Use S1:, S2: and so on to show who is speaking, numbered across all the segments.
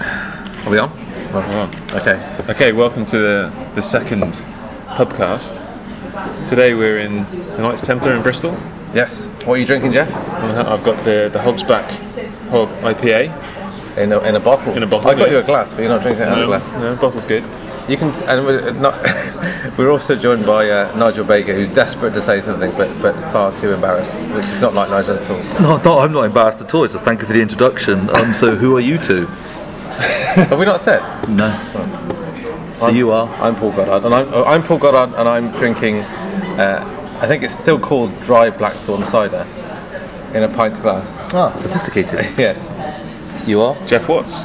S1: Are we on?
S2: Well, we're on.
S1: Okay.
S2: Okay, welcome to the, the second pubcast. Today we're in the Knights Templar in Bristol.
S1: Yes. What are you drinking, Jeff?
S2: And I've got the, the Hog's Back Hog IPA.
S1: In a, in a bottle.
S2: In a bottle,
S1: I got
S2: yeah.
S1: you a glass, but you're not drinking it out of a glass.
S2: no, bottle's good.
S1: You can. And we're uh, not. we're also joined by uh, Nigel Baker, who's desperate to say something, but but far too embarrassed, which is not like Nigel at all.
S3: No, no, I'm not embarrassed at all. Just thank you for the introduction. Um, so, who are you two?
S1: Have we not said?
S3: No. So you are.
S1: I'm Paul Goddard, and I'm, oh, I'm Paul Goddard, and I'm drinking. Uh, I think it's still called dry blackthorn cider, in a pint glass.
S3: Ah, sophisticated.
S1: Yes.
S3: You are
S2: Jeff Watts,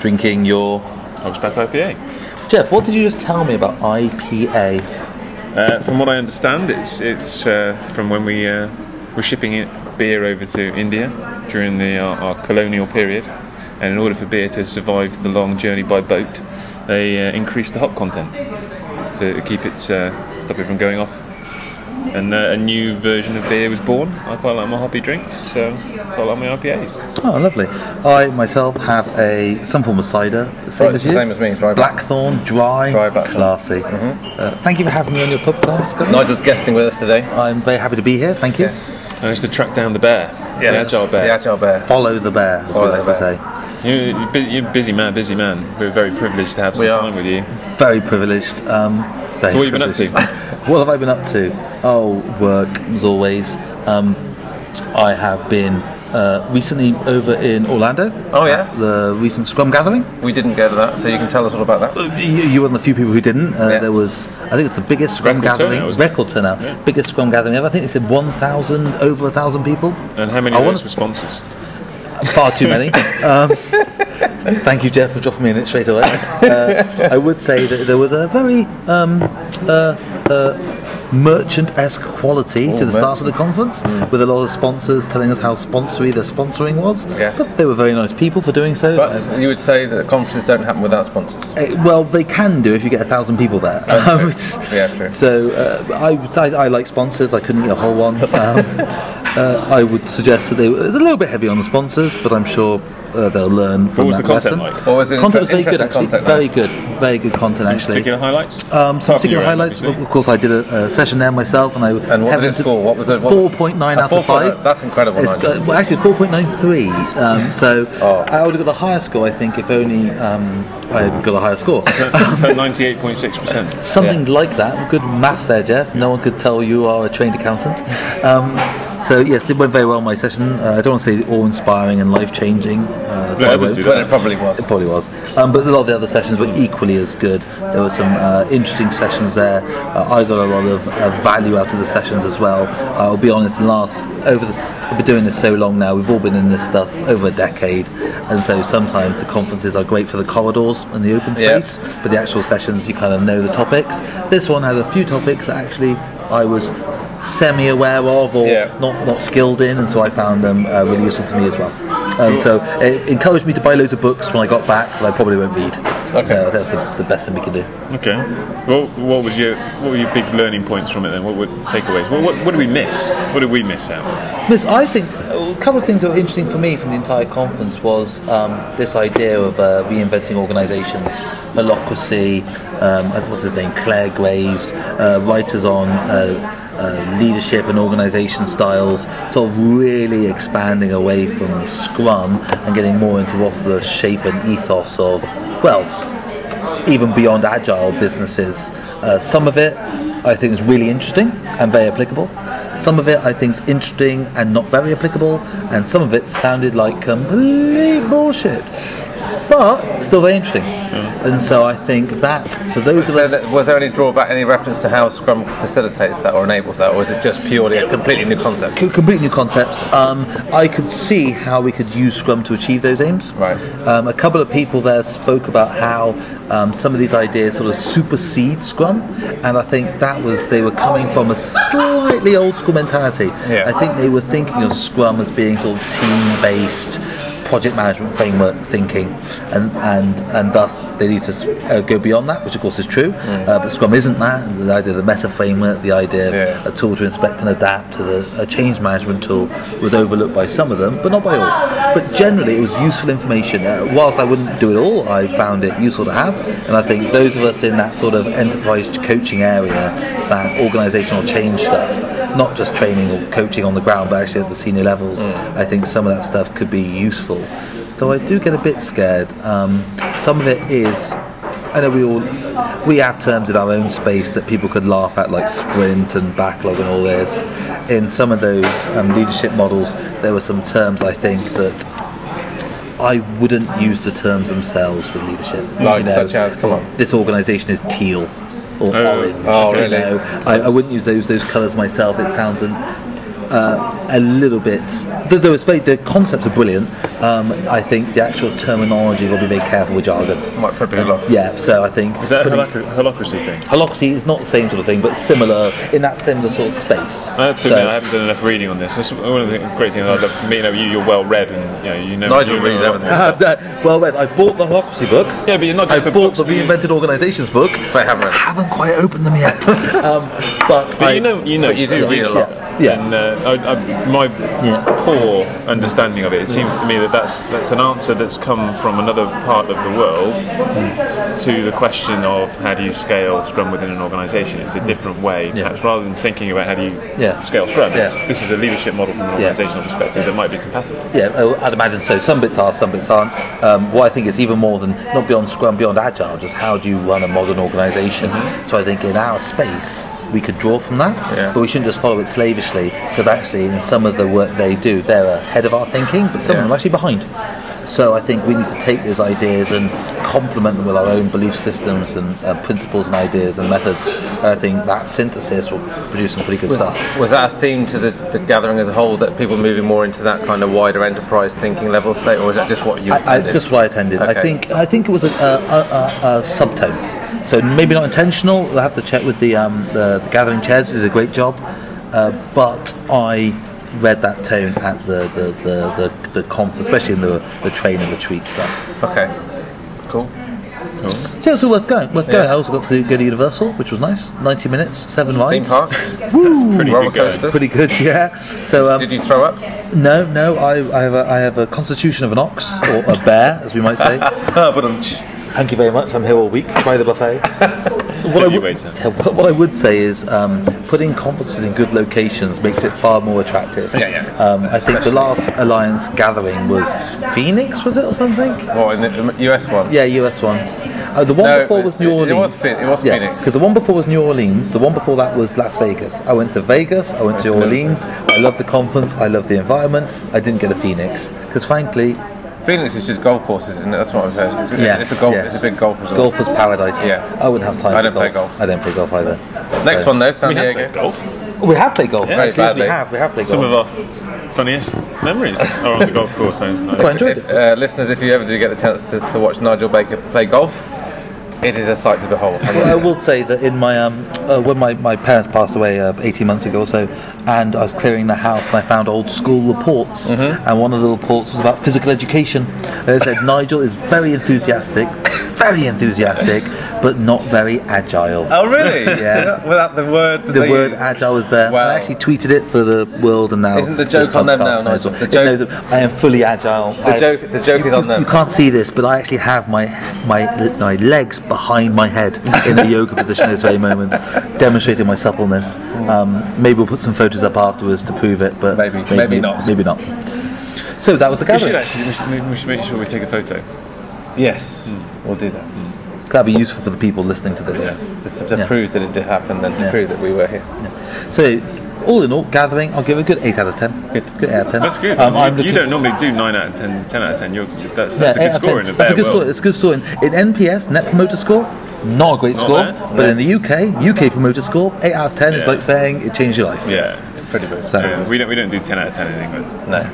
S3: drinking your.
S2: Hog's Back IPA.
S3: Jeff, what did you just tell me about IPA?
S2: Uh, from what I understand, it's it's uh, from when we uh, were shipping it, beer over to India during the our, our colonial period, and in order for beer to survive the long journey by boat, they uh, increased the hop content to keep its uh, stop it from going off. And uh, a new version of beer was born. I quite like my hoppy drinks, so quite like my IPAs.
S3: Oh, lovely. I myself have a some form of cider, Oh, the same
S1: Right,
S3: as you.
S1: same as me, dry black-
S3: blackthorn, dry,
S1: Dry blackthorn.
S3: classy. Uh, thank you for having me on your podcast, guys.
S1: Nigel's guesting with us today.
S3: I'm very happy to be here. Thank you.
S2: I used to track down the bear, the agile bear.
S1: The agile bear.
S3: Follow the bear. as
S1: Follow
S3: we like
S1: the
S3: to
S1: bear.
S3: say.
S2: You- You're, bu- you're busy man, busy man. We're very privileged to have some
S1: We are.
S2: time with you.
S3: Very privileged. Um, very
S2: So what have you been up to?
S3: to? what have I been up to? Oh, work as always. Um, I have been uh, recently over in Orlando.
S1: Oh, yeah?
S3: at the recent Scrum gathering.
S1: We didn't go to that, so you can tell us all about that.
S3: Uh, You, you were one of the few people who didn't. Uh,
S1: Yeah.
S3: There was, I think it's the biggest Scrum
S2: Record
S3: gathering,
S2: turnout, wasn't it?
S3: record turnout, biggest Scrum gathering ever. I think they said 1,000, over 1,000 people.
S2: And how many
S3: I
S2: of
S3: wanna
S2: those were sponsors?
S3: far too many. Um, thank you, Jeff, for dropping me in it straight away. Uh, I would say that there was a very um, uh, uh, merchant-esque quality to the start of the conference,
S1: Hmm.
S3: with a lot of sponsors telling us how sponsory their sponsoring was.
S1: Yes.
S3: But they were very nice people for doing so. Uh,
S1: But you would say that conferences don't happen without sponsors.
S3: eh, well, they can do if you get a thousand people there. Um, it's-
S1: Yeah, Oh, true.
S3: So uh, I, would- I, I like sponsors. I couldn't eat a whole one. Um, uh, I would suggest that they were a little bit heavy on the sponsors, but I'm sure uh, they'll learn
S2: What
S3: from
S2: was
S3: that
S2: the content
S3: lesson.
S2: like?
S1: Or was it
S3: Content was
S1: inter-
S3: very good,
S1: interesting
S3: actually.
S1: content,
S3: Very good, very good content,
S2: Any
S3: actually.
S2: particular highlights?
S3: Um, some
S2: Apart from your
S3: particular
S2: own,
S3: highlights.
S2: obviously.
S3: Of course, I did a, a session there myself, and I
S1: And what
S3: heaven
S1: was the score? What was the what-
S3: four point nine
S1: A
S3: out
S1: 4.9
S3: of five?
S1: That's incredible,
S3: It's
S1: Nigel.
S3: got- well, actually, four point nine three. Um, so
S1: Oh.
S3: I would have got a higher score, I think, if only um, I had got a higher score.
S2: so 98.6%.
S3: Something like that. Good maths there, Jeff. No one could tell you are a trained accountant. Um, so yes, it went very well. My session. Uh, I don't want to say awe-inspiring and life-changing. Uh, so I
S2: others
S3: won't.
S2: do that.
S1: But it probably was.
S3: It probably was. Um, but a lot of the other sessions were equally as good. There were some uh, interesting sessions there. Uh, I got a lot of uh, value out of the sessions as well. I'll be honest, last over the, I've been doing this so long now. We've all been in this stuff over a decade, and so sometimes the conferences are great for the corridors and the open
S1: Yeah.
S3: space, but the actual sessions you kind of know the topics. This one had a few topics that actually I was semi-aware of or
S1: Yeah.
S3: not not skilled in, and so I found them uh, really useful for me as well. Um, so it encouraged me to buy loads of books when I got back that I probably won't read.
S1: Okay.
S3: So that's the, the best thing we can do.
S2: Okay. Well, what was your what were your big learning points from it then? What were takeaways? What, what, what did we miss? What did we miss out?
S3: Miss, I think a couple of things that were interesting for me from the entire conference was um, this idea of uh, reinventing organisations, holocracy. Um, I- what's his name? Claire Graves, uh, writers on uh, uh, leadership and organisation styles, sort of really expanding away from Scrum and getting more into what's the shape and ethos of well, even beyond agile businesses. Uh, some of it I think is really interesting and very applicable. Some of it I think is interesting and not very applicable, and some of it sounded like complete bullshit, but still very interesting. And so I think that for those of
S1: So
S3: us,
S1: that, was there any drawback, any reference to how Scrum facilitates that or enables that, or is it just purely a completely new concept?
S3: co- complete new concepts, um, I could see how we could use Scrum to achieve those aims.
S1: Right.
S3: Um, a couple of people there spoke about how um, some of these ideas sort of supersede Scrum, and I think that was they were coming from a slightly old school mentality.
S1: Yeah.
S3: I think they were thinking of Scrum as being sort of team based project management framework thinking, and and and thus they need to s- uh, go beyond that, which of course is true.
S1: Mm.
S3: Uh, but Scrum isn't that. And the idea of the meta framework, the idea of
S1: Yeah.
S3: a tool to inspect and adapt as a, a change management tool was overlooked by some of them, but not by all. But generally, it was useful information. Uh, whilst I wouldn't do it all, I found it useful to have. And I think those of us in that sort of enterprise coaching area, that organisational change stuff, not just training or coaching on the ground, but actually at the senior levels, I think some of that stuff could be useful. Though I do get a bit scared. Um, some of it is I know we all we have terms in our own space that people could laugh at, like sprint and backlog and all this. In some of those um, leadership models, there were some terms I think that I wouldn't use the terms themselves with leadership.
S1: Like such as, come on.
S3: this organisation is teal or orange.
S1: oh,
S3: you
S1: really?
S3: know. I, I wouldn't use those those colours myself. It sounds an, uh, a little bit. Though, though it's very, the concepts are brilliant. Um, I think the actual terminology will be very careful with jargon.
S1: Might put people off.
S3: Yeah, so I think
S4: Is that a holoc- holocracy thing?
S3: holocracy is not the same sort of thing, but similar in that similar sort of space.
S2: I have Uh, to
S3: Uh, So-
S2: admit, I haven't done enough reading on this. That's one of the great things I love. You know, you, you're well read, and you know, you know.
S1: Nigel
S2: you know
S1: reads
S2: a lot
S1: everything.
S2: more.
S3: Uh, that- well, wait, I bought the holocracy book.
S2: Yeah, but you're not
S3: I
S2: just the
S3: bought
S2: books
S3: the
S2: that you-
S3: reinvented organisations book.
S1: They have read.
S3: haven't quite opened them yet, um, but,
S2: But you know, you know,
S1: But you do
S2: stuff.
S1: read a lot.
S3: Yeah.
S2: And uh, I, I, my
S3: Yeah.
S2: poor understanding of it, it seems to me that that's that's an answer that's come from another part of the world
S3: Hmm.
S2: to the question of how do you scale Scrum within an organisation. It's a different way, perhaps, rather than thinking about how do you
S3: Hmm. Yeah.
S2: scale Scrum.
S3: Yeah.
S2: it's- This is a leadership model from an
S3: Yeah.
S2: organisational perspective that might be compatible.
S3: Yeah, oh, I'd imagine so. Some bits are, some bits aren't. Um, what I think is even more than not beyond Scrum, beyond Agile, just how do you run a modern organization? So I think in our space, we could draw from that,
S1: Yeah.
S3: but we shouldn't just follow it slavishly because actually, in some of the work they do, they're ahead of our thinking, but some of them are actually behind. So I think we need to take those ideas and complement them with our own belief systems and uh, principles and ideas and methods. And I think that synthesis will produce some pretty good stuff.
S1: Was that a theme to the, the gathering as a whole that people moving more into that kind of wider enterprise thinking level state, or is that just what you
S3: I, I,
S1: intended?
S3: just what I attended. I
S1: Okay.
S3: think I think it was a, a, a, a, a subtone, so maybe not intentional. I'll have to check with the um, the, the gathering chairs. It did a great job, uh, but I read that tone at the the, the, the, the conference, especially in the the train and retreat stuff.
S1: okay, cool.
S3: So it was all worth going. Worth going.
S1: Yeah.
S3: I also got to go to Universal, which was nice. Ninety minutes, seven
S1: Theme
S3: rides.
S1: parks,
S2: It's pretty
S1: roller
S2: good going.
S1: coasters.
S3: Pretty good, yeah. So um,
S1: Did you throw up?
S3: no, no, I, I have a I have a constitution of an ox or a bear, as we might say.
S2: Ah,
S1: but
S2: um,
S1: I'm
S3: Thank you very much. I'm here all week. Try the buffet. what, I
S2: you,
S3: would,
S2: waiter.
S3: yeah, what- what I would say is um, putting conferences in good locations makes it far more attractive.
S1: Yeah, yeah.
S3: Um, I think the last Alliance gathering was Phoenix, was it, or something?
S1: What in the US one?
S3: Yeah, US one. Uh, the one
S1: No,
S3: before
S1: it was-
S3: was New
S1: it-
S3: Orleans.
S1: it was Phoe- it was Phoenix.
S3: Because the one before was New Orleans. The one before that was Las Vegas. I went to Vegas. I went to
S1: That's
S3: Orleans. I loved the conference. I loved the environment. I didn't get a Phoenix because, frankly,
S1: Phoenix is just golf courses, isn't it? That's what I've heard. It's, it's-
S3: Yeah,
S1: it's a golf.
S3: yeah.
S1: It's a big golf resort.
S3: golfer's paradise.
S1: Yeah.
S3: I wouldn't have time.
S1: I
S3: for
S1: don't play golf.
S3: I don't play golf either.
S1: Next
S3: So-
S1: one though, San
S2: We have
S1: Diego.
S2: played golf.
S3: We have played golf.
S1: Very
S3: actually.
S1: badly.
S3: We have. We have played
S2: Some
S3: golf.
S2: of our f- funniest memories are on the golf course. I, I-
S3: Quite enjoyed
S1: If, uh, listeners, if you ever do get the chance to, to watch Nigel Baker play golf, it is a sight to behold.
S3: Well, I will say that in my um, uh, when my, my parents passed away uh, 18 months ago or so, and I was clearing the house and I found old school reports,
S1: Mm-hmm.
S3: and one of the reports was about physical education. And it said Nigel is very enthusiastic, very enthusiastic, but not very agile.
S1: oh really?
S3: Yeah.
S1: Without the word.
S3: The word agile was there.
S1: Wow.
S3: I actually tweeted it for the world, and now
S1: Isn't the joke
S3: this
S1: on them now,
S3: podcast knows
S1: Nigel?
S3: it.
S1: The
S3: It
S1: joke-
S3: knows it. I am fully agile.
S1: The joke. The joke is on
S3: You
S1: them.
S3: can't see this, but I actually have my my my legs behind my head in the yoga position at this very moment, demonstrating my suppleness. Um, maybe we'll put some photos up afterwards to prove it, but
S1: Maybe, maybe not.
S3: Maybe not. So that was the
S2: We should
S3: gathering.
S2: actually we should, we should make sure we take a photo.
S1: Yes,
S3: Hmm.
S1: we'll do that.
S3: That'll be useful for the people listening to this.
S1: Just to, to
S3: Yeah.
S1: prove that it did happen, then to
S3: Yeah.
S1: prove that we were here.
S3: So all in all, gathering, I'll give it a good eight out of ten. Good, good eight out of ten.
S2: That's good.
S3: Um,
S2: you,
S3: I'm
S2: you
S3: looking-
S2: don't normally do 9 out of 10, 10 out of 10. You're, that's,
S3: Yeah,
S2: that's a good
S3: eight out of
S2: score in
S3: 10.
S2: a
S3: That's a
S2: bear
S3: good
S2: world.
S3: score. It's a good score. In, in NPS, Net Promoter Score, not a great
S2: Not
S3: score.
S2: bad.
S3: But in the UK, UK Promoter Score, 8 out of 10 is
S2: Yeah.
S3: like saying it changed your life.
S2: Yeah.
S1: Pretty good.
S3: So,
S2: Yeah, we don't we don't do 10 out of 10 in England.
S1: No,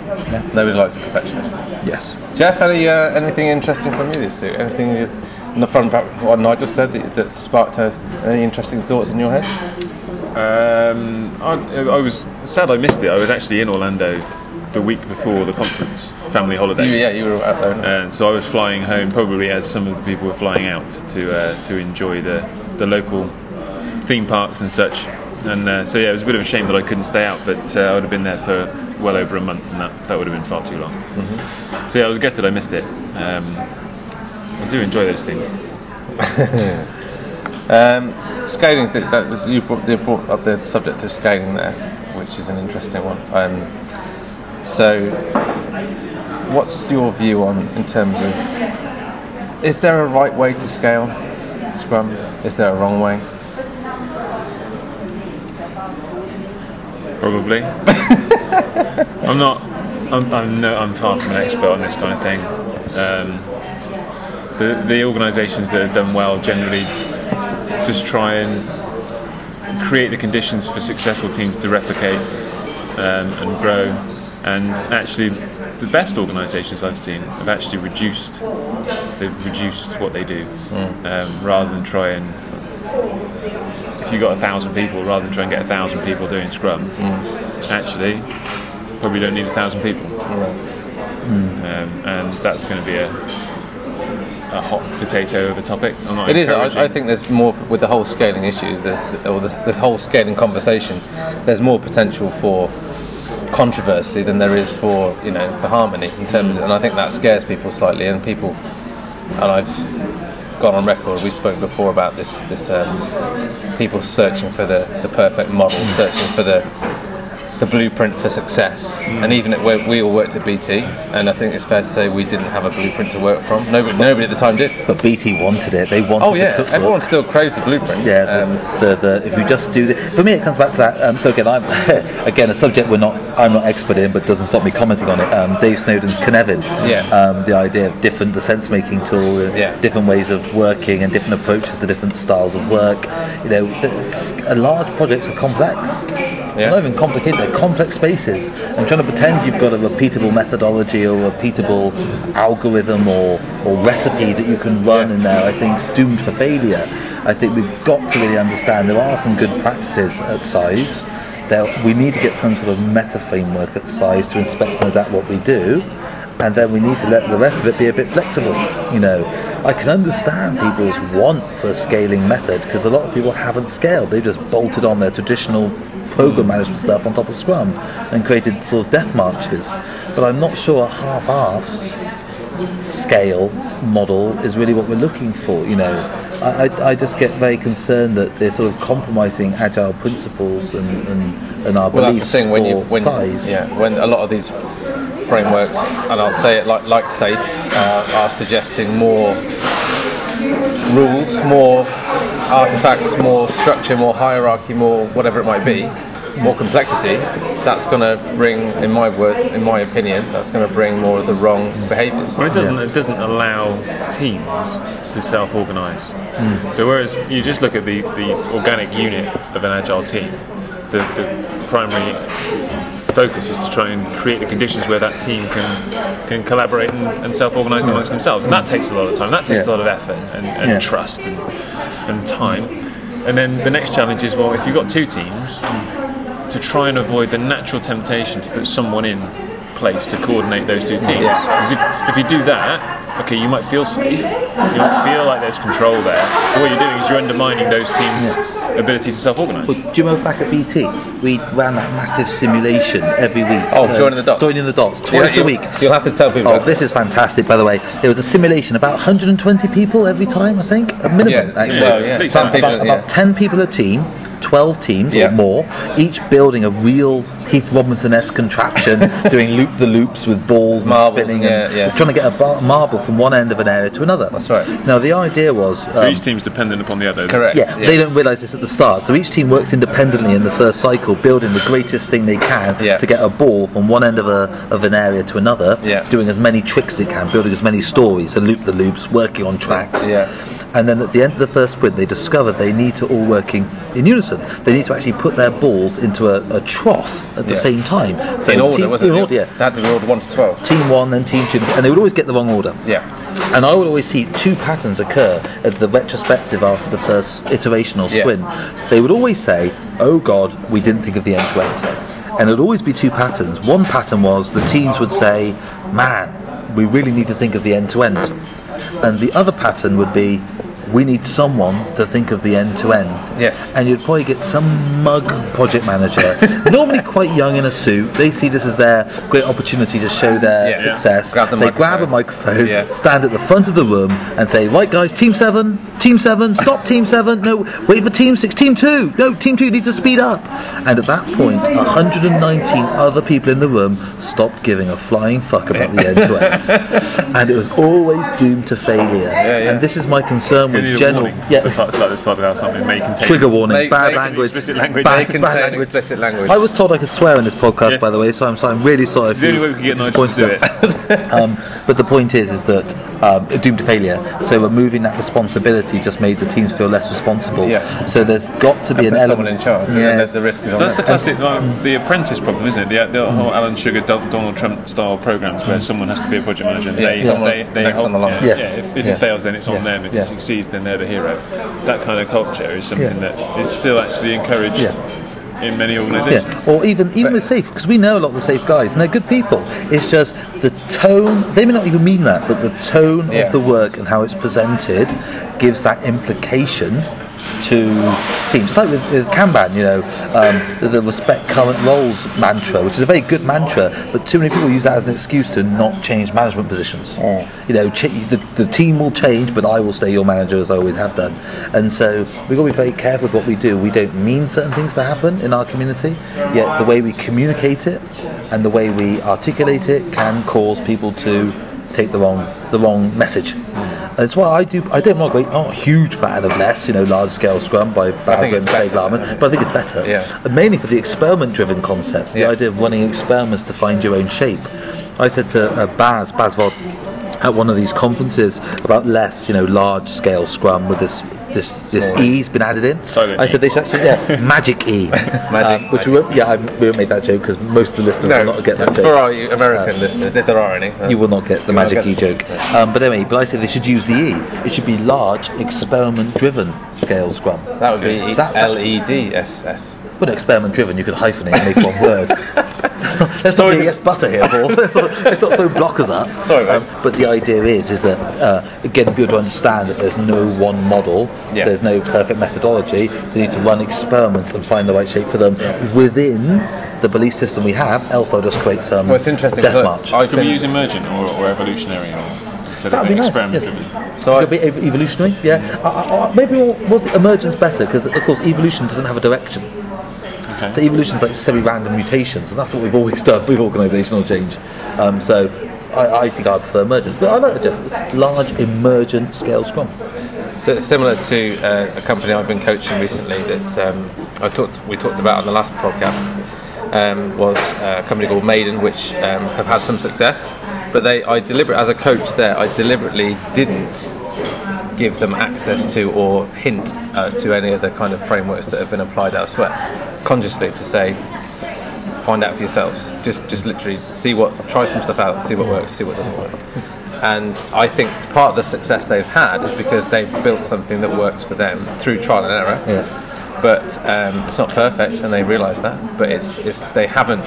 S1: nobody likes a perfectionist.
S3: yes.
S1: Jeff, any uh, anything interesting from you this week? Anything you, on the front back what Nigel said that, that sparked uh, any interesting thoughts in your head?
S2: Um, I, I was sad I missed it. I was actually in Orlando the week before the conference, family holiday.
S1: You, yeah, you were out there.
S2: And Uh, so I was flying home, probably as some of the people were flying out to uh, to enjoy the the local theme parks and such. And uh, so yeah, it was a bit of a shame that I couldn't stay out, but uh, I would have been there for well over a month, and that, that would have been far too long. So yeah, I was gutted I missed it. Um, I do enjoy those things.
S1: Um, scaling, th- that was, you, brought, you brought up the subject of scaling there, which is an interesting one. Um, so, what's your view on in terms of is there a right way to scale Scrum? Is there a wrong way?
S2: Probably. I'm not. I'm, I'm no. I'm far from an expert on this kind of thing. Um, the the organisations that have done well generally just try and create the conditions for successful teams to replicate um, and grow. And actually, the best organisations I've seen have actually reduced. They've reduced what they do
S1: Hmm.
S2: um, rather than try and if you've got a thousand people, rather than try and get a thousand people doing Scrum,
S1: Hmm.
S2: actually, probably don't need a thousand people.
S1: Hmm.
S2: Um, and that's going to be a, a hot potato of a topic. I'm not
S1: It is.
S2: encouraging-
S1: I, I think there's more with the whole scaling issues, the, or the, the whole scaling conversation. There's more potential for controversy than there is for you know for harmony in terms, of, and I think that scares people slightly. And people, and I've gone on record. We spoke before about this. This um, people searching for the, the perfect model,
S2: Mm.
S1: searching for the the blueprint for success.
S2: Mm.
S1: And even at where we all worked at BT, and I think it's fair to say we didn't have a blueprint to work from. Nobody, nobody at the time did.
S3: But BT wanted it. They wanted
S1: Oh
S3: the
S1: yeah,
S3: cookbook.
S1: everyone still craves the blueprint.
S3: Yeah, the,
S1: Um,
S3: the, the, if you just do the, for me it comes back to that. Um, so again, I'm again a subject we're not I'm not expert in, but doesn't stop me commenting on it. Um, Dave Snowden's Kinevin.
S1: Yeah.
S3: Um, the idea of different the sense making tool, uh,
S1: Yeah.
S3: different ways of working, and different approaches to different styles of work. You know, it's, uh, large projects are complex.
S1: Yeah.
S3: Not even complicated. They're complex spaces, and trying to pretend you've got a repeatable methodology or a repeatable algorithm or, or recipe that you can run
S1: Yeah.
S3: in there, I think, is doomed for failure. I think we've got to really understand there are some good practices at size. There, we need to get some sort of meta framework at size to inspect and adapt what we do, and then we need to let the rest of it be a bit flexible. You know, I can understand people's want for a scaling method because a lot of people haven't scaled; they've just bolted on their traditional program management stuff on top of Scrum and created sort of death marches. But I'm not sure a half-assed scale model is really what we're looking for. You know, I, I, I just get very concerned that they're sort of compromising agile principles and, and, and our
S1: well, that's
S3: beliefs
S1: the thing when
S3: for
S1: you when
S3: size.
S1: yeah when a lot of these frameworks, and I'll say it like like Safe, uh, are suggesting more rules, more artifacts, more structure, more hierarchy, more whatever it might be, more complexity. That's going to bring, in my word, in my opinion, that's going to bring more of the wrong behaviours.
S2: Well, it doesn't. It doesn't allow teams to self-organise.
S3: Hmm.
S2: So whereas you just look at the, the organic unit of an agile team, the, the primary focus is to try and create the conditions where that team can can collaborate and, and self-organise amongst themselves, and that takes a lot of time. That takes
S3: Hmm. Yeah.
S2: a lot of effort and, and
S3: Yeah.
S2: trust and, and time. And then the next challenge is well, if you've got two teams,
S3: Hmm.
S2: to try and avoid the natural temptation to put someone in place to coordinate those two teams. Because if, if you do that, okay, you might feel safe, you might feel like there's control there. But what you're doing is you're undermining those teams' ability to self-organise.
S3: Well, do you remember back at BT? We ran that massive simulation every week. Um,
S1: Oh, joining the dots.
S3: Joining the dots twice
S1: You'll-
S3: a week.
S1: You'll have to tell people.
S3: Oh,
S1: about
S3: this is fantastic, by the way. There was a simulation, about 120 people every time, I think, a minimum,
S1: Yeah,
S3: actually.
S1: yeah, yeah.
S2: Please,
S3: About,
S2: Some
S1: people,
S3: about,
S1: yeah.
S3: about 10 people a team, 12 teams
S1: Yeah.
S3: or more, each building a real Heath Robinson esque contraption, doing loop the loops with balls and
S1: Marbles,
S3: spinning and
S1: yeah, yeah.
S3: trying to get a bar- marble from one end of an area to another.
S1: That's right.
S3: Now, the idea was.
S2: so
S3: um,
S2: each team's dependent upon the other.
S1: Correct.
S3: yeah, they don't realise this at the start. So each team works independently in the first cycle, building the greatest thing they can
S1: Yeah.
S3: to get a ball from one end of, a, of an area to another,
S1: Yeah.
S3: doing as many tricks they can, building as many stories, and loop the loops, working on tracks.
S1: Yeah.
S3: And then at the end of the first sprint, they discover they need to all working in unison. They need to actually put their balls into a, a trough at the
S1: Yeah.
S3: same time. So
S1: in order,
S3: team,
S1: wasn't
S3: in
S1: it?
S3: order, yeah.
S1: That had to be order one to twelve.
S3: Team one, then team two, and they would always get the wrong order.
S1: Yeah.
S3: And I would always see two patterns occur at the retrospective after the first iteration or
S1: Yeah.
S3: sprint. They would always say, oh God, we didn't think of the end to end. And it would always be two patterns. One pattern was the teams would say, man, we really need to think of the end to end. And the other pattern would be, we need someone to think of the end to end.
S1: Yes.
S3: And you'd probably get some mug project manager, normally quite young in a suit. They see this as their great opportunity to show their
S1: Yeah.
S3: success.
S1: Grab the
S3: they grab a
S1: microphone.
S3: microphone,
S1: Yeah.
S3: stand at the front of the room, and say, "Right, guys, team seven, team seven, stop, team seven. No, wait for team six, team two. No, team two needs to speed up." And at that point, 119 other people in the room stopped giving a flying fuck about the end to ends, and it was always doomed to failure.
S1: yeah.
S3: And this is my concern
S4: We
S3: with
S4: need a
S3: general.
S4: warning.
S3: Yeah,
S4: The parts like this podcast, something may contain.
S3: Trigger warning,
S1: Make-
S3: bad
S1: make
S3: language,
S4: explicit language.
S3: bad,
S4: They
S1: contain
S3: bad language.
S1: explicit language.
S3: I was told I could swear in this podcast,
S4: Yes.
S3: by the way, so I'm, so I'm really sorry.
S4: It's the only way we can get Nigel to do it.
S3: Um, but the point is, is that um, it doomed to failure. So removing that responsibility just made the teams feel less responsible.
S1: Yeah.
S3: So there's got to be an
S1: put someone
S3: element
S1: in charge. Yeah.
S3: Yeah.
S1: And the, the risk is on
S2: That's the
S1: them.
S2: classic, like, the apprentice problem, isn't it? The, the whole Alan Sugar, Don- Donald Trump style programs
S3: Mm.
S2: where someone has to be a project manager. and they,
S1: someone's
S2: they, they
S1: next
S2: hold-
S1: on the line.
S2: Yeah,
S3: Yeah.
S2: yeah, If, if
S3: Yeah.
S2: it fails, then it's on
S3: Yeah.
S2: them. If
S3: Yeah.
S2: it succeeds, then they're the hero. That kind of culture is something
S3: Yeah.
S2: that is still actually encouraged in many organisations.
S3: Yeah, or even even with safe because we know a lot of the safe guys and they're good people. It's just the tone. They may not even mean that, but the tone
S1: Yeah.
S3: of the work and how it's presented gives that implication to teams. It's like with, with Kanban, you know, um, the, the respect current roles mantra, which is a very good mantra, but too many people use that as an excuse to not change management positions. You know, ch- the, the team will change, but I will stay your manager as I always have done. And so we've got to be very careful with what we do. We don't mean certain things to happen in our community, yet the way we communicate it and the way we articulate it can cause people to take the wrong the wrong message. And it's why I do. I don't. I'm not, great, I'm not a huge fan of less, you know, large scale scrum by Bowser
S1: it's
S3: and Dave
S1: better.
S3: Larman, but I think it's better.
S1: Yeah.
S3: And mainly for the experiment driven concept, the
S1: Yeah.
S3: idea of running experiments to find your own shape. I said to uh, Baz, Baz Vod, at one of these conferences about less, you know, large scale scrum with this. This, this E's been added in.
S4: Silent
S3: I said they should actually, yeah, magic E.
S1: Magic,
S3: which we won't, yeah, I, we won't make that joke because most of the listeners will not get that joke
S1: for our American listeners, if there are any, uh,
S3: you will not get
S1: I'll
S3: the magic
S1: get
S3: E
S1: it.
S3: joke. Um, but anyway, but I say they should use the E. It should be large, experiment-driven scale scrum.
S1: uh, that would be
S3: That- that-
S1: L E D S S.
S3: But experiment-driven, you could hyphenate and make one word. Let's not, let's not
S1: Sorry
S3: be
S1: to-
S3: yes butter here, Paul. Let's not, let's not throw blockers up. Um,
S1: Sorry, mate.
S3: but the idea is, is that uh, again, people to understand that there's no one model,
S1: Yes.
S3: there's no perfect methodology. They need to run experiments and find the right shape for them within the belief system we have. Else, they'll just create some
S1: Well, it's interesting.
S3: death
S1: 'cause I-
S3: march.
S1: I've
S2: Can we
S1: been-
S2: use emergent or, or evolutionary or instead
S3: That'd
S2: of
S3: be nice,
S2: experiment
S3: yes.
S2: driven?
S1: So I-
S3: It'll be ev- evolutionary, yeah. I, I, I, maybe we'll- was emergence better because, of course, evolution doesn't have a direction.
S2: Okay.
S3: So evolution's like semi-random mutations, and that's what we've always done with organisational change. Um, so I, I think I prefer emergence, but I like the Jeff large emergent scale scrum.
S1: So it's similar to uh, a company I've been coaching recently. That's um, I talked we talked about on the last podcast um, was uh, a company called Maiden, which um, have had some success. But they, I deliberate as a coach there, I deliberately didn't give them access to or hint uh, to any of the kind of frameworks that have been applied elsewhere, consciously to say find out for yourselves. Just just literally see what try some stuff out, see what works, see what doesn't work. And I think part of the success they've had is because they've built something that works for them through trial and error. But um, it's not perfect, and they realise that. But it's, it's they haven't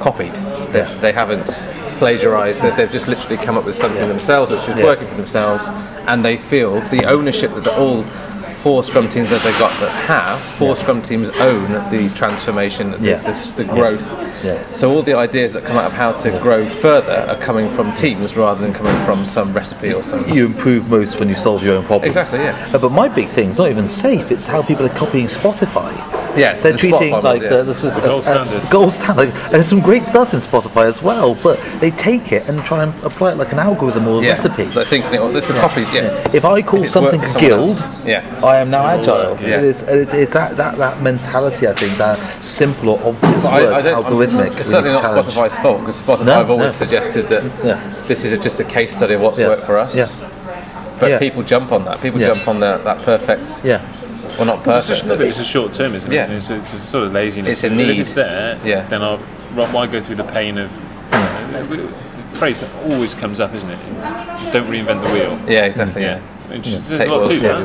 S1: copied. They,
S3: Yeah.
S1: they haven't plagiarised. They, they've just literally come up with something themselves, which is
S3: Yeah.
S1: working for themselves, and they feel the ownership that the, all four Scrum teams that they've got that have four Scrum teams own the transformation, the,
S3: Yeah.
S1: the, s- the growth.
S3: Yeah.
S1: So all the ideas that come out of how to grow further are coming from teams rather than coming from some recipe or some.
S3: You improve most when you solve your own problems.
S1: Exactly, yeah.
S3: Uh, but my big thing is not even safe; it's how people are copying Spotify.
S1: Yeah, it's
S3: they're
S1: the
S3: treating
S1: Spotify
S3: like
S1: model, yeah.
S3: the, this is
S2: The gold
S3: as- as-
S2: standard.
S3: gold standard. And there's some great stuff in Spotify as well, but they take it and try and apply it like an algorithm or a
S1: Yeah,
S3: recipe.
S1: they're thinking, oh, this is copied. Yeah,
S3: If I call
S1: it's
S3: something
S1: worked for someone
S3: skilled,
S1: else, yeah.
S3: I am now agile.
S1: yeah.
S3: It is, it is that, that, that mentality, I think, that simple or obvious
S1: But
S3: word,
S1: I'm-
S3: algorithmic.
S1: it's certainly not
S3: challenge.
S1: Spotify's fault because Spotify
S3: No,
S1: have always
S3: no.
S1: suggested that
S3: Yeah.
S1: this is just a case study of what's
S3: Yeah.
S1: worked for us.
S3: Yeah.
S1: But
S3: Yeah.
S1: people jump on that. People
S3: Yeah.
S1: jump on that that perfect.
S3: Yeah.
S1: Well, not
S2: It's
S1: perfect.
S2: just- no,
S1: but
S2: but it's a short term, isn't it?
S1: Yeah.
S2: It's, it's a sort of laziness.
S1: It's a
S2: But If
S1: need.
S2: it's there,
S1: Yeah. Hmm.
S2: then I'll, why why go through the pain of. The phrase that always comes up, isn't it? Is, don't reinvent the wheel.
S1: yeah, exactly. Yeah.
S2: Which, There's
S1: Take
S2: a lot
S1: what works
S2: to
S1: for you,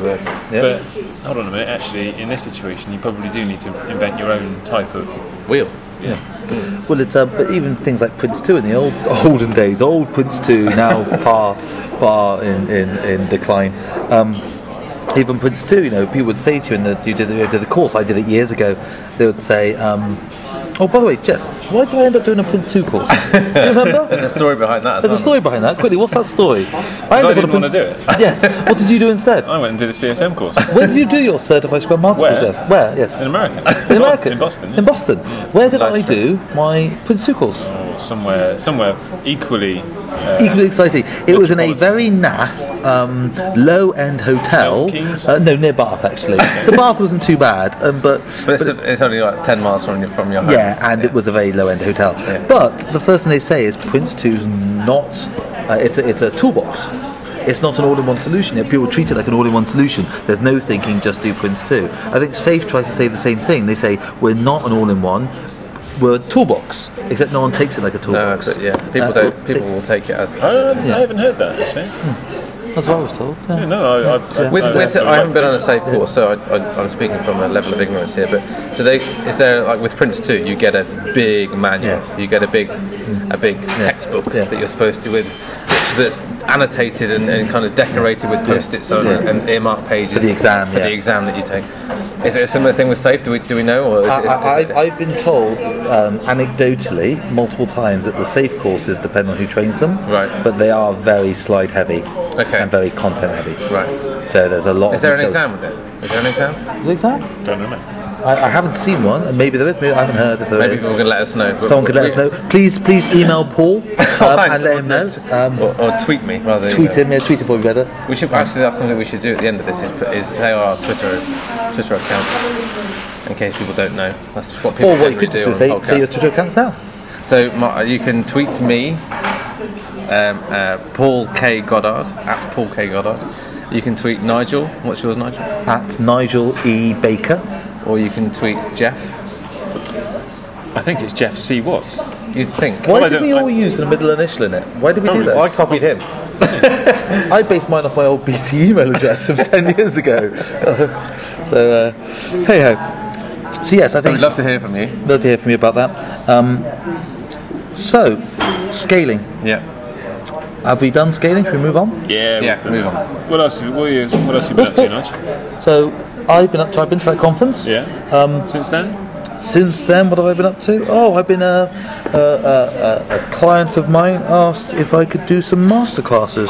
S1: work.
S2: that.
S3: Yeah.
S2: But hold on a minute, actually, in this situation, you probably do need to invent your own type of
S1: Wheel.
S3: Well, it's uh, but even things like Prince Two in the old olden days, old Prince Two now far far in in, in decline. Um, even Prince Two, you know, people would say to you, and you did the, you did the course. I did it years ago. They would say. Um, Oh, by the way, Jeff, why did I end up doing a Prince 2 course? Do you remember?
S1: There's a story behind that. as
S3: There's a
S1: well.
S3: story behind that. Quickly, what's that story? I,
S2: I
S3: ended
S2: didn't
S3: up on a
S2: want to do it.
S3: yes. What did you do instead?
S2: I went and did a CSM course
S3: Where did you do your certified Scrum Master,
S2: Where?
S3: Jeff? Where? Yes.
S2: in America.
S3: In America.
S2: In Boston. yeah.
S3: In Boston. Where did I do my Prince 2 course?
S2: Or somewhere, somewhere equally. uh,
S3: Equally exciting. It was in a
S2: Metropolitan.
S3: very naff, um, low-end hotel.
S2: Milton Keynes?
S3: Uh, no, near Bath actually. so Bath wasn't too bad, um, but,
S1: But it's, it's only like 10 miles from your, from your home.
S3: yeah, and it was a very low-end hotel. But the first thing they say is Prince 2's not. Uh, it's a, it's a toolbox. It's not an all-in-one solution. Yet People treat it like an all-in-one solution. There's no thinking. Just do Prince 2. I think Safe tries to say the same thing. They say we're not an all-in-one. We're a toolbox, except no one takes it like a
S1: No,
S3: toolbox.
S1: but yeah, people
S3: Uh,
S1: don't. People will take it as. as
S2: I,
S1: it-
S2: I haven't heard that actually.
S3: That's what I was told. yeah.
S2: No, I, I, I,
S1: Hmm. with,
S2: I,
S1: with
S2: I-
S1: I haven't been on a safe course, so I, I, I'm speaking from a level of ignorance here. But so they, is there like with Prince Two, you get a big manual,
S3: Yeah.
S1: you get a big, a big textbook
S3: Yeah.
S1: that you're supposed to with that's annotated and, and kind of decorated with post-its on it and earmarked pages
S3: For the exam,
S1: for
S3: yeah.
S1: the exam that you take. Is it a similar thing with safe? Do we do we know or is it, is,
S3: I,
S1: is it-
S3: I, I've been told um, anecdotally multiple times that the safe courses depend on who trains them,
S1: Right.
S3: But they are very slide heavy,
S1: Okay.
S3: and very content heavy,
S1: right?
S3: So there's a lot.
S1: Is
S3: of
S1: there an
S3: material-
S1: exam with it? Is there an exam?
S3: Is there an exam?
S2: don't know. mate.
S3: I, I haven't seen one, and maybe there is. Maybe I haven't heard if there
S1: Maybe
S3: is.
S1: people can let us know. but
S3: Someone could let us
S1: we-
S3: know. Please, please email Paul um,
S1: Oh, thanks.
S3: and let him know. Um,
S1: or, or tweet me rather. than
S3: tweet
S1: email.
S3: him, yeah, tweet him, boy, better.
S1: We should actually that's something we should do at the end of this is, put, is say our Twitter Twitter accounts in case people don't know. That's what people
S3: Or what you
S1: generally
S3: could
S1: do
S3: just do,
S1: on
S3: say, say your
S1: podcasts.
S3: Twitter accounts now.
S1: So my, you can tweet me, um, uh, Paul K Goddard at Paul K Goddard. You can tweet Nigel. What's yours, Nigel?
S3: At Nigel E. Baker.
S1: Or you can tweet Jeff.
S2: I think it's Jeff C. Watts.
S1: You think?
S3: Why
S2: I
S3: did
S2: don't-
S3: we all
S2: I-
S3: use the middle initial in it? Why did we do this?
S1: I copied him.
S3: I based mine off my old BT email address of 10 years ago. so, uh, hey ho. So, yes,
S1: So
S3: I think
S1: we'd love to hear from you.
S3: love to hear from you about that. Um, so, scaling.
S1: Yeah.
S3: Have we done scaling? Can we move on?
S2: Yeah,
S1: Yeah.
S2: we've
S1: Move
S2: done
S1: on.
S2: that. What else? have you- What, you, what else have you been up to, Nigel?
S3: So, I've been up to, I've been to that conference.
S2: Yeah.
S3: Um,
S2: Since then,
S3: since then, what have I been up to? Oh, I've been a, a, a, a, a client of mine asked if I could do some masterclasses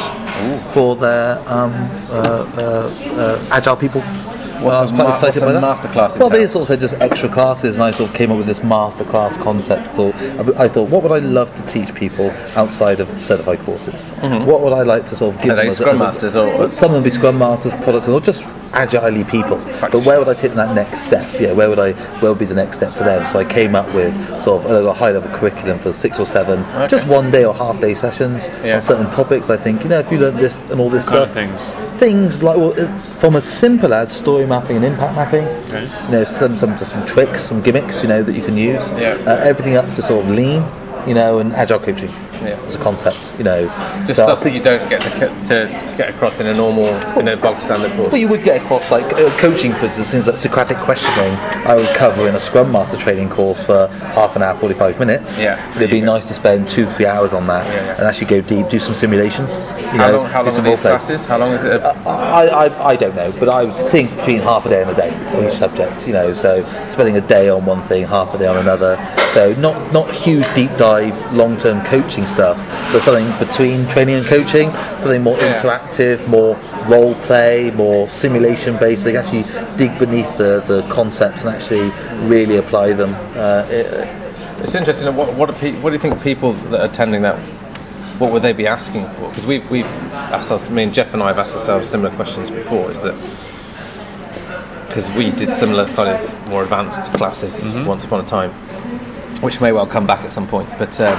S3: for their um, uh, uh, uh, agile people.
S1: What's
S3: I
S1: a
S3: was quite
S1: ma-
S3: excited
S1: what's a
S3: by that.
S1: masterclass
S3: Well, they
S1: entail?
S3: sort of said just extra classes, and I sort of came up with this masterclass concept. Thought I- I thought, what would I love to teach people outside of certified courses? What would I like to sort of
S1: Mm-hmm.
S3: give
S1: Are they
S3: them as a-
S1: Scrum
S3: as a-
S1: Masters or-
S3: some of them be Scrum Masters, product, or just agilely people. But where would I take that next step? Yeah, where would I? Where would be the next step for them? So I came up with sort of a, high level curriculum for six or seven, just one day or half day sessions
S1: Yeah.
S3: on certain topics. I think you know if you learn this and all this
S2: kind of
S3: stuff,
S2: things.
S3: things like well, it- from as simple as story mapping and impact mapping.
S2: Okay.
S3: You know, some some some tricks, some gimmicks, you know, that you can use.
S1: Yeah.
S3: Uh, everything up to sort of lean, you know, and agile coaching.
S1: Yeah.
S3: As a concept, you know.
S1: Just
S3: So I
S1: stuff
S3: think-
S1: that you don't get to, to get across in a normal, in a bog standard course.
S3: Well, you would get across like uh, coaching, for instance, things like Socratic questioning. I would cover in a Scrum Master training course for half an hour, forty-five minutes.
S1: Yeah.
S3: it'd be nice to spend two, three hours on that,
S1: Yeah, yeah.
S3: and actually go deep, do some simulations. You
S1: how
S3: know,
S1: long? How long
S3: do
S1: are
S3: some
S1: these
S3: role play.
S1: classes? How long is it? A,
S3: I, I, I don't know, but I would think between half a day and a day for each subject, you know, so spending a day on one thing, half a day on another. So not, not huge deep dive, long term coaching stuff, but something between training and coaching, something more
S1: Yeah.
S3: interactive, more role play, more simulation based. They can actually dig beneath the, the concepts and actually really apply them. Uh, it-
S1: It's interesting. What what, are pe- what do you think people that are attending that? What would they be asking for? Because we've we've asked us. I mean, Jeff and I have asked ourselves similar questions before. Is that because we did similar kind of more advanced classes
S3: Mm-hmm.
S1: once upon a time, which may well come back at some point. But um,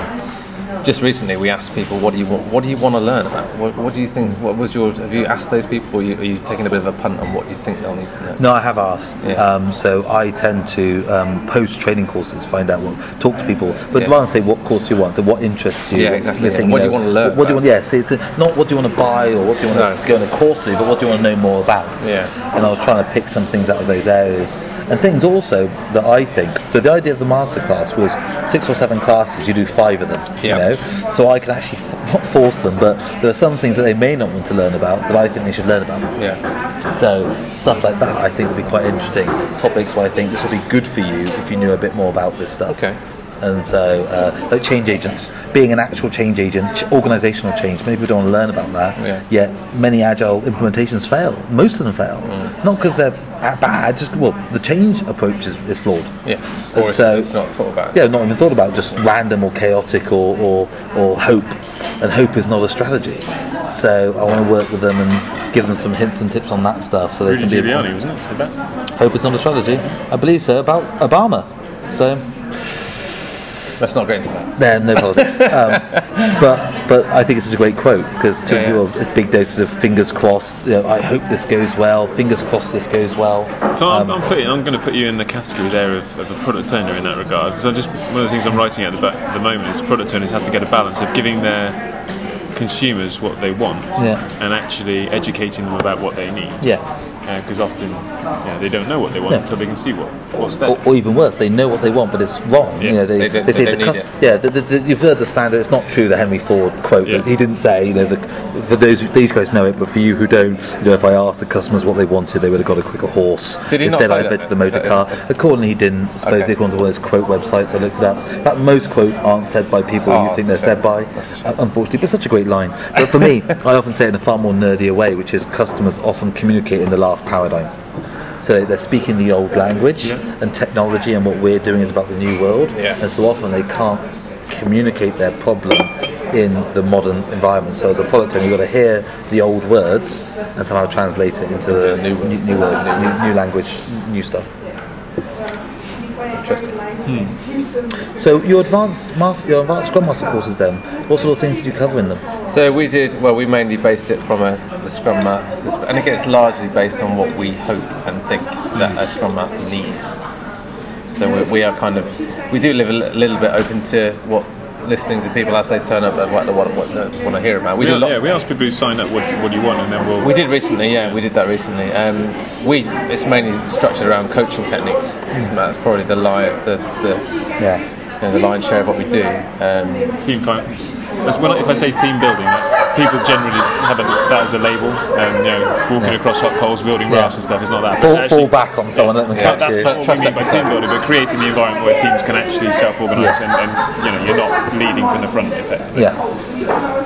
S1: just recently, we asked people, "What do you want? What do you want to learn about? What, what do you think? What was your? Have you asked those people? Or you, are you taking a bit of a punt on what you think they'll need to know?"
S3: No, I have asked.
S1: Yeah.
S3: Um, so I tend to um, post training courses, find out what, talk to people, but
S1: Yeah.
S3: rather than say what course do you want, then what interests you,
S1: Yeah,
S3: what's
S1: exactly,
S3: missing,
S1: yeah. What do you
S3: know,
S1: want to learn
S3: What, what do you
S1: about?
S3: want? Yeah, see, it's not what do you want to buy or what do you want
S1: No.
S3: to go on a course to, but what do you want to know more about?
S1: Yeah.
S3: And I was trying to pick some things out of those areas, And things also that I think, so the idea of the masterclass was six or seven classes, you do five of them,
S1: Yeah.
S3: you know? So I can actually, f- not force them, but there are some things that they may not want to learn about that I think they should learn about.
S1: Yeah.
S3: So stuff like that I think would be quite interesting. Topics where I think this would be good for you if you knew a bit more about this stuff.
S1: Okay.
S3: And so, uh, like change agents, being an actual change agent, ch- organizational change, many people don't want to learn about that.
S1: Yeah.
S3: Yet many agile implementations fail. Most of them fail.
S1: Mm.
S3: Not because they're a- bad, just, well, the change approach is, is flawed.
S1: Yeah.
S3: And
S1: Or it's,
S3: so-
S1: it's not thought about.
S3: Yeah, not even thought about just random or chaotic or, or, or hope. And hope is not a strategy. So I want to work with them and give them some hints and tips on that stuff so they
S2: Rudy
S3: can be.
S2: Giuliani, wasn't it? Said that.
S3: Hope is not a strategy. I believe so. About Obama. So
S1: Let's not get into that.
S3: no, no politics. Um, but but I think it's such a great quote because two
S1: Yeah,
S3: people have big doses of fingers crossed. You know, I hope this goes well. Fingers crossed this goes well.
S2: So I'm, I'm putting, I'm going to put you in the category there of, of a product owner in that regard. Because I just one of the things I'm writing at the, back, at the moment is product owners have to get a balance of giving their consumers what they want
S3: Yeah.
S2: and actually educating them about what they need.
S3: Yeah.
S2: Because often yeah, Oh, they don't know what they want
S3: Yeah.
S2: until they can see what what's there.
S3: Or, or even worse, they know what they want, but it's wrong.
S2: Yeah,
S3: you know, they,
S1: they don't-
S3: say
S1: they
S3: the
S1: don't need
S3: cus- Yeah, the, the, the, you've heard the standard. It's not true. The Henry Ford quote
S2: Yeah.
S3: that he didn't say. You know, the, for those these guys know it, but for you who don't, you know, if I asked the customers what they wanted, they would have got a quicker horse.
S1: Did he not
S3: Instead,
S1: say that
S3: I invented
S1: then?
S3: the motor
S1: Is that-
S3: car. Accordingly, he didn't. I suppose
S1: Okay.
S3: according to one of those quote websites, I looked it up. In fact, most quotes aren't said by people
S1: Oh,
S3: you think they're
S1: that's a
S3: said by, uh, unfortunately. But it's such a great line. But for me, I often say it in a far more nerdier way, which is customers often communicate in the last paradigm. So they're speaking the old language, and technology and what we're doing is about the new world.
S1: Yeah.
S3: And so often they can't communicate their problem in the modern environment. So as a product owner, you've got to hear the old words and somehow translate it into the
S1: new
S3: new,
S1: words.
S3: new, words, new, new language, new stuff.
S1: Interesting.
S3: So your advanced master, your advanced Scrum Master courses, then, what sort of things did you cover in them?
S1: So we did well. We mainly based it from a the Scrum Master, and it gets largely based on what we hope and think that a Scrum Master needs. So we, we are kind of we do live a li- little bit open to what listening to people as they turn up and what what, what they want to hear about. We
S2: We
S1: do a
S2: al-
S1: lot.
S2: yeah, we ask people who sign up what, what do you want, and then we'll
S1: We did recently, yeah, we did that recently. Um, we it's mainly structured around coaching techniques. It's- That's probably the lie, the the,
S3: Yeah.
S1: you know, the lion's share of what we do. Um,
S2: team fi- that's when I, if I say team building, that's- people generally have a, that as a label. Um, you know, walking across hot coals, building rafts and stuff is not that.
S3: Fall,
S2: But
S3: fall
S2: actually-
S3: back on someone. Let them
S2: That-
S3: touch
S2: that's
S3: you.
S2: not what
S1: Trust
S2: we mean by
S1: exercise.
S2: team building, but creating the environment where teams can actually self-organise
S3: Yeah.
S2: and, and you know you're not leading from the front effectively.
S3: yeah.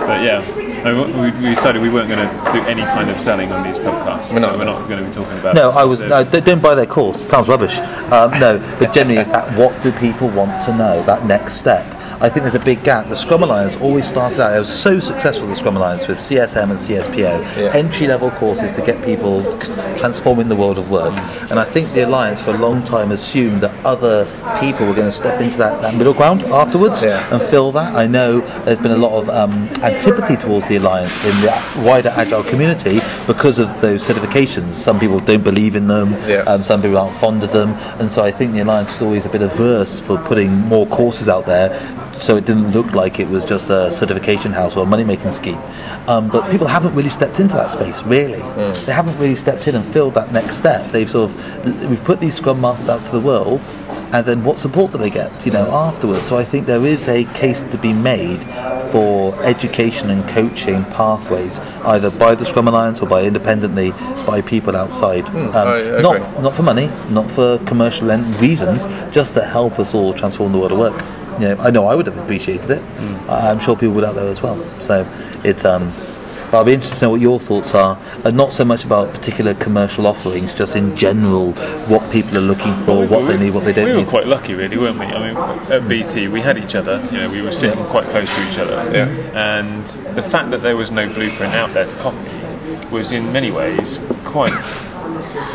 S2: But yeah, I mean, we, we decided we weren't going to do any kind of selling on these podcasts.
S1: We're not.
S2: so we're not going to be talking about.
S3: No,
S2: it.
S3: I was.
S2: So-
S3: No, don't don't buy their course. Sounds rubbish. Um, no, but generally, it's that what do people want to know? That next step. I think there's a big gap. The Scrum Alliance always started out. It was so successful. The Scrum Alliance with CSM and CSPO,
S1: Yeah.
S3: entry level courses to get people c- transforming the world of work. And I think the alliance for a long time assumed that other people were going to step into that, that middle ground afterwards
S1: Yeah.
S3: and fill that. I know there's been a lot of um, antipathy towards the alliance in the wider agile community because of those certifications. Some people don't believe in them.
S1: Yeah.
S3: Um, some people aren't fond of them, and so I think the alliance was always a bit averse for putting more courses out there. So it didn't look like it was just a certification house or a money-making scheme, um, but people haven't really stepped into that space. Really,
S1: Hmm.
S3: they haven't really stepped in and filled that next step. They've sort of we've put these scrum masters out to the world, and then what support do they get? You know,
S1: Hmm.
S3: afterwards. So I think there is a case to be made for education and coaching pathways, either by the Scrum Alliance or by independently by people outside. Um,
S1: Hmm. I agree.
S3: not not for money, not for commercial en- reasons, just to help us all transform the world of work. You know, I know I would have appreciated it.
S1: Mm.
S3: I- I'm sure people would out there as well. So it's. Um, but I'll be interested to know what your thoughts are, and not so much about particular commercial offerings, just in general, what people are looking for, what they need, what they don't
S2: we were
S3: need.
S2: quite lucky, really, weren't we? I mean, at BT, we had each other. You know, we were sitting quite close to each other.
S1: Yeah.
S2: And the fact that there was no blueprint out there to copy was, in many ways, quite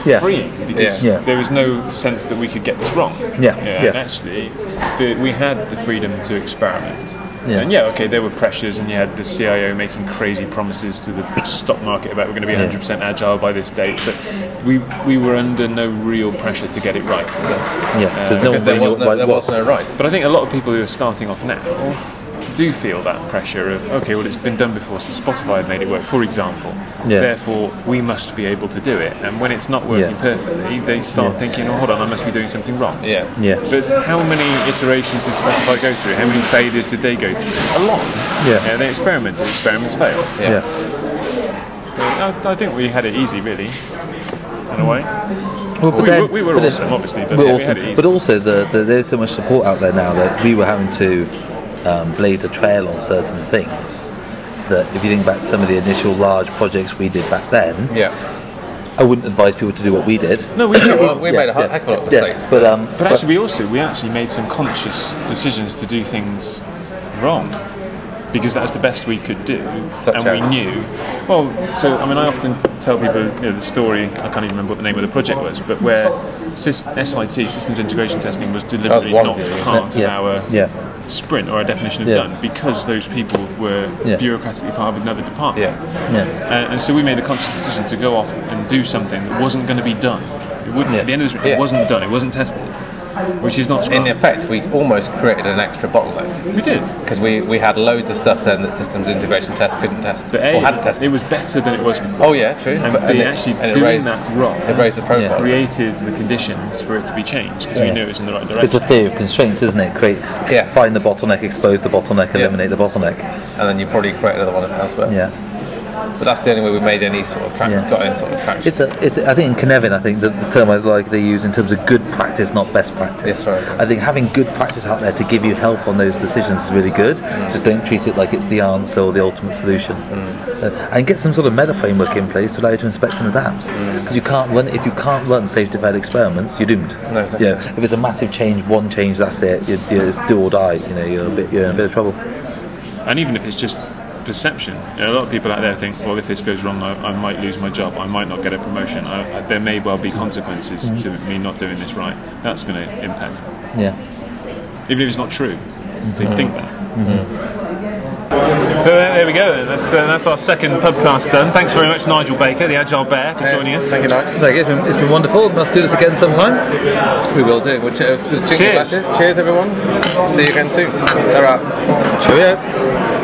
S3: yeah.
S2: freeing because
S3: Yeah. Yeah.
S2: there was no sense that we could get this wrong.
S3: Yeah, yeah.
S2: And actually, the, we had the freedom to experiment.
S3: Yeah.
S2: And yeah, okay, there were pressures, and you had the CIO making crazy promises to the stock market about we're going to be 100% agile by this date, but we we were under no real pressure to get it right.
S3: Yeah, 'cause no
S1: uh, because there
S3: one
S1: was
S3: knew
S1: no, there
S3: what-
S1: was no right.
S2: But I think a lot of people who are starting off now do feel that pressure of okay, well, it's been done before, so Spotify have made it work, for example.
S3: Yeah.
S2: Therefore, we must be able to do it. And when it's not working
S3: Yeah.
S2: perfectly, they start thinking, oh, hold on, I must be doing something wrong.
S1: Yeah.
S3: Yeah.
S2: But how many iterations did Spotify go through? How many failures did they go through? A lot.
S3: Yeah.
S2: they experimented. Experiments failed.
S1: Yeah.
S3: yeah.
S2: So I, I think we had it easy, really, in a way.
S3: Well,
S2: We were- we were
S3: but then-
S2: awesome, obviously, but
S3: we're
S2: yeah, we
S3: awesome.
S2: had it easy.
S3: But also, the, the, there's so much support out there now that we were having to um, blaze a trail on certain things. That if you think back to some of the initial large projects we did back then,
S1: Yeah.
S3: I wouldn't advise people to do what we did.
S2: No, we did.
S1: Well, we made a he- heck of a lot of
S3: Yeah,
S1: mistakes.
S3: but um,
S2: But actually, we also we actually made some conscious decisions to do things wrong because that was the best we could do,
S1: Such
S2: and
S1: as?
S2: we knew. Well, so I mean, I often tell people you know, the story. I can't even remember what the name of the project was, but where sys, SIT systems integration testing was deliberately
S1: one
S2: not
S1: view, isn't it?
S2: part
S3: Yeah,
S2: of our
S3: yeah.
S2: sprint or our definition of
S3: Yeah.
S2: done because those people were
S3: Yeah.
S2: bureaucratically part of another department.
S1: Yeah.
S3: yeah,
S2: Uh, And, and so we made the conscious decision to go off and do something that wasn't going to be done. It wouldn't.
S3: Yeah.
S2: At the end of this,
S1: Yeah.
S2: it wasn't done. It wasn't tested, which is not.
S1: In
S2: Scrum.
S1: effect, we almost created an extra bottleneck
S2: we did.
S1: because we, we had loads of stuff then that systems integration test couldn't test
S2: But A,
S1: or had
S2: it, was,
S1: tested.
S2: it was better than it was before.
S1: oh yeah, true.
S2: And
S1: But-
S2: B,
S1: it-
S2: actually
S1: it
S2: doing
S1: raised-
S2: that wrong
S1: It raised the profile.
S2: created the conditions for it to be changed because
S3: Yeah.
S2: we knew it was in the right
S3: it's
S2: direction.
S3: a theory of constraints, isn't it? Create,
S1: Yeah.
S3: find the bottleneck, expose the bottleneck,
S1: Yeah.
S3: eliminate the bottleneck.
S1: and then you probably create another one elsewhere.
S3: Yeah,
S1: But that's the only way we made any sort of traction,
S3: Yeah.
S1: got any sort of traction.
S3: it's a, it's a, I think in Kinevin, I think the, the term I like they use in terms of good practice, not best
S1: Yes,
S3: practice.
S1: right.
S3: I think having good practice out there to give you help on those decisions is really good. Just don't treat it like it's the answer or the ultimate solution,
S1: Mm.
S3: Uh, and get some sort of meta framework in place to allow you to inspect and adapt.
S1: Mm.
S3: 'Cause you can't run if you can't run safety failed experiments, you're doomed.
S1: No, exactly.
S3: You know, if it's a massive change, one change, that's it. You're, you're it's do or die. You know, you're a bit, you're in a bit of trouble.
S2: And even if it's just perception, you know, a lot of people out there think, well, if this goes wrong, I, I might lose my job, I might not get a promotion, I, I, there may well be consequences to me not doing this right. That's going to impact,
S3: Yeah.
S2: even if it's not true. They think that.
S4: So there, there we go. Then. That's uh, that's our second podcast done. Thanks very much, Nigel Baker, the Agile Bear, for joining us.
S1: Thank you, Nigel.
S3: Thank you. It's been, it's been wonderful. Let's do this again sometime.
S1: We will do. Well, cheers.
S4: Cheers.
S1: Cheers, everyone. See you again soon. Ta-ra.
S3: Cheerio.
S4: Cheers.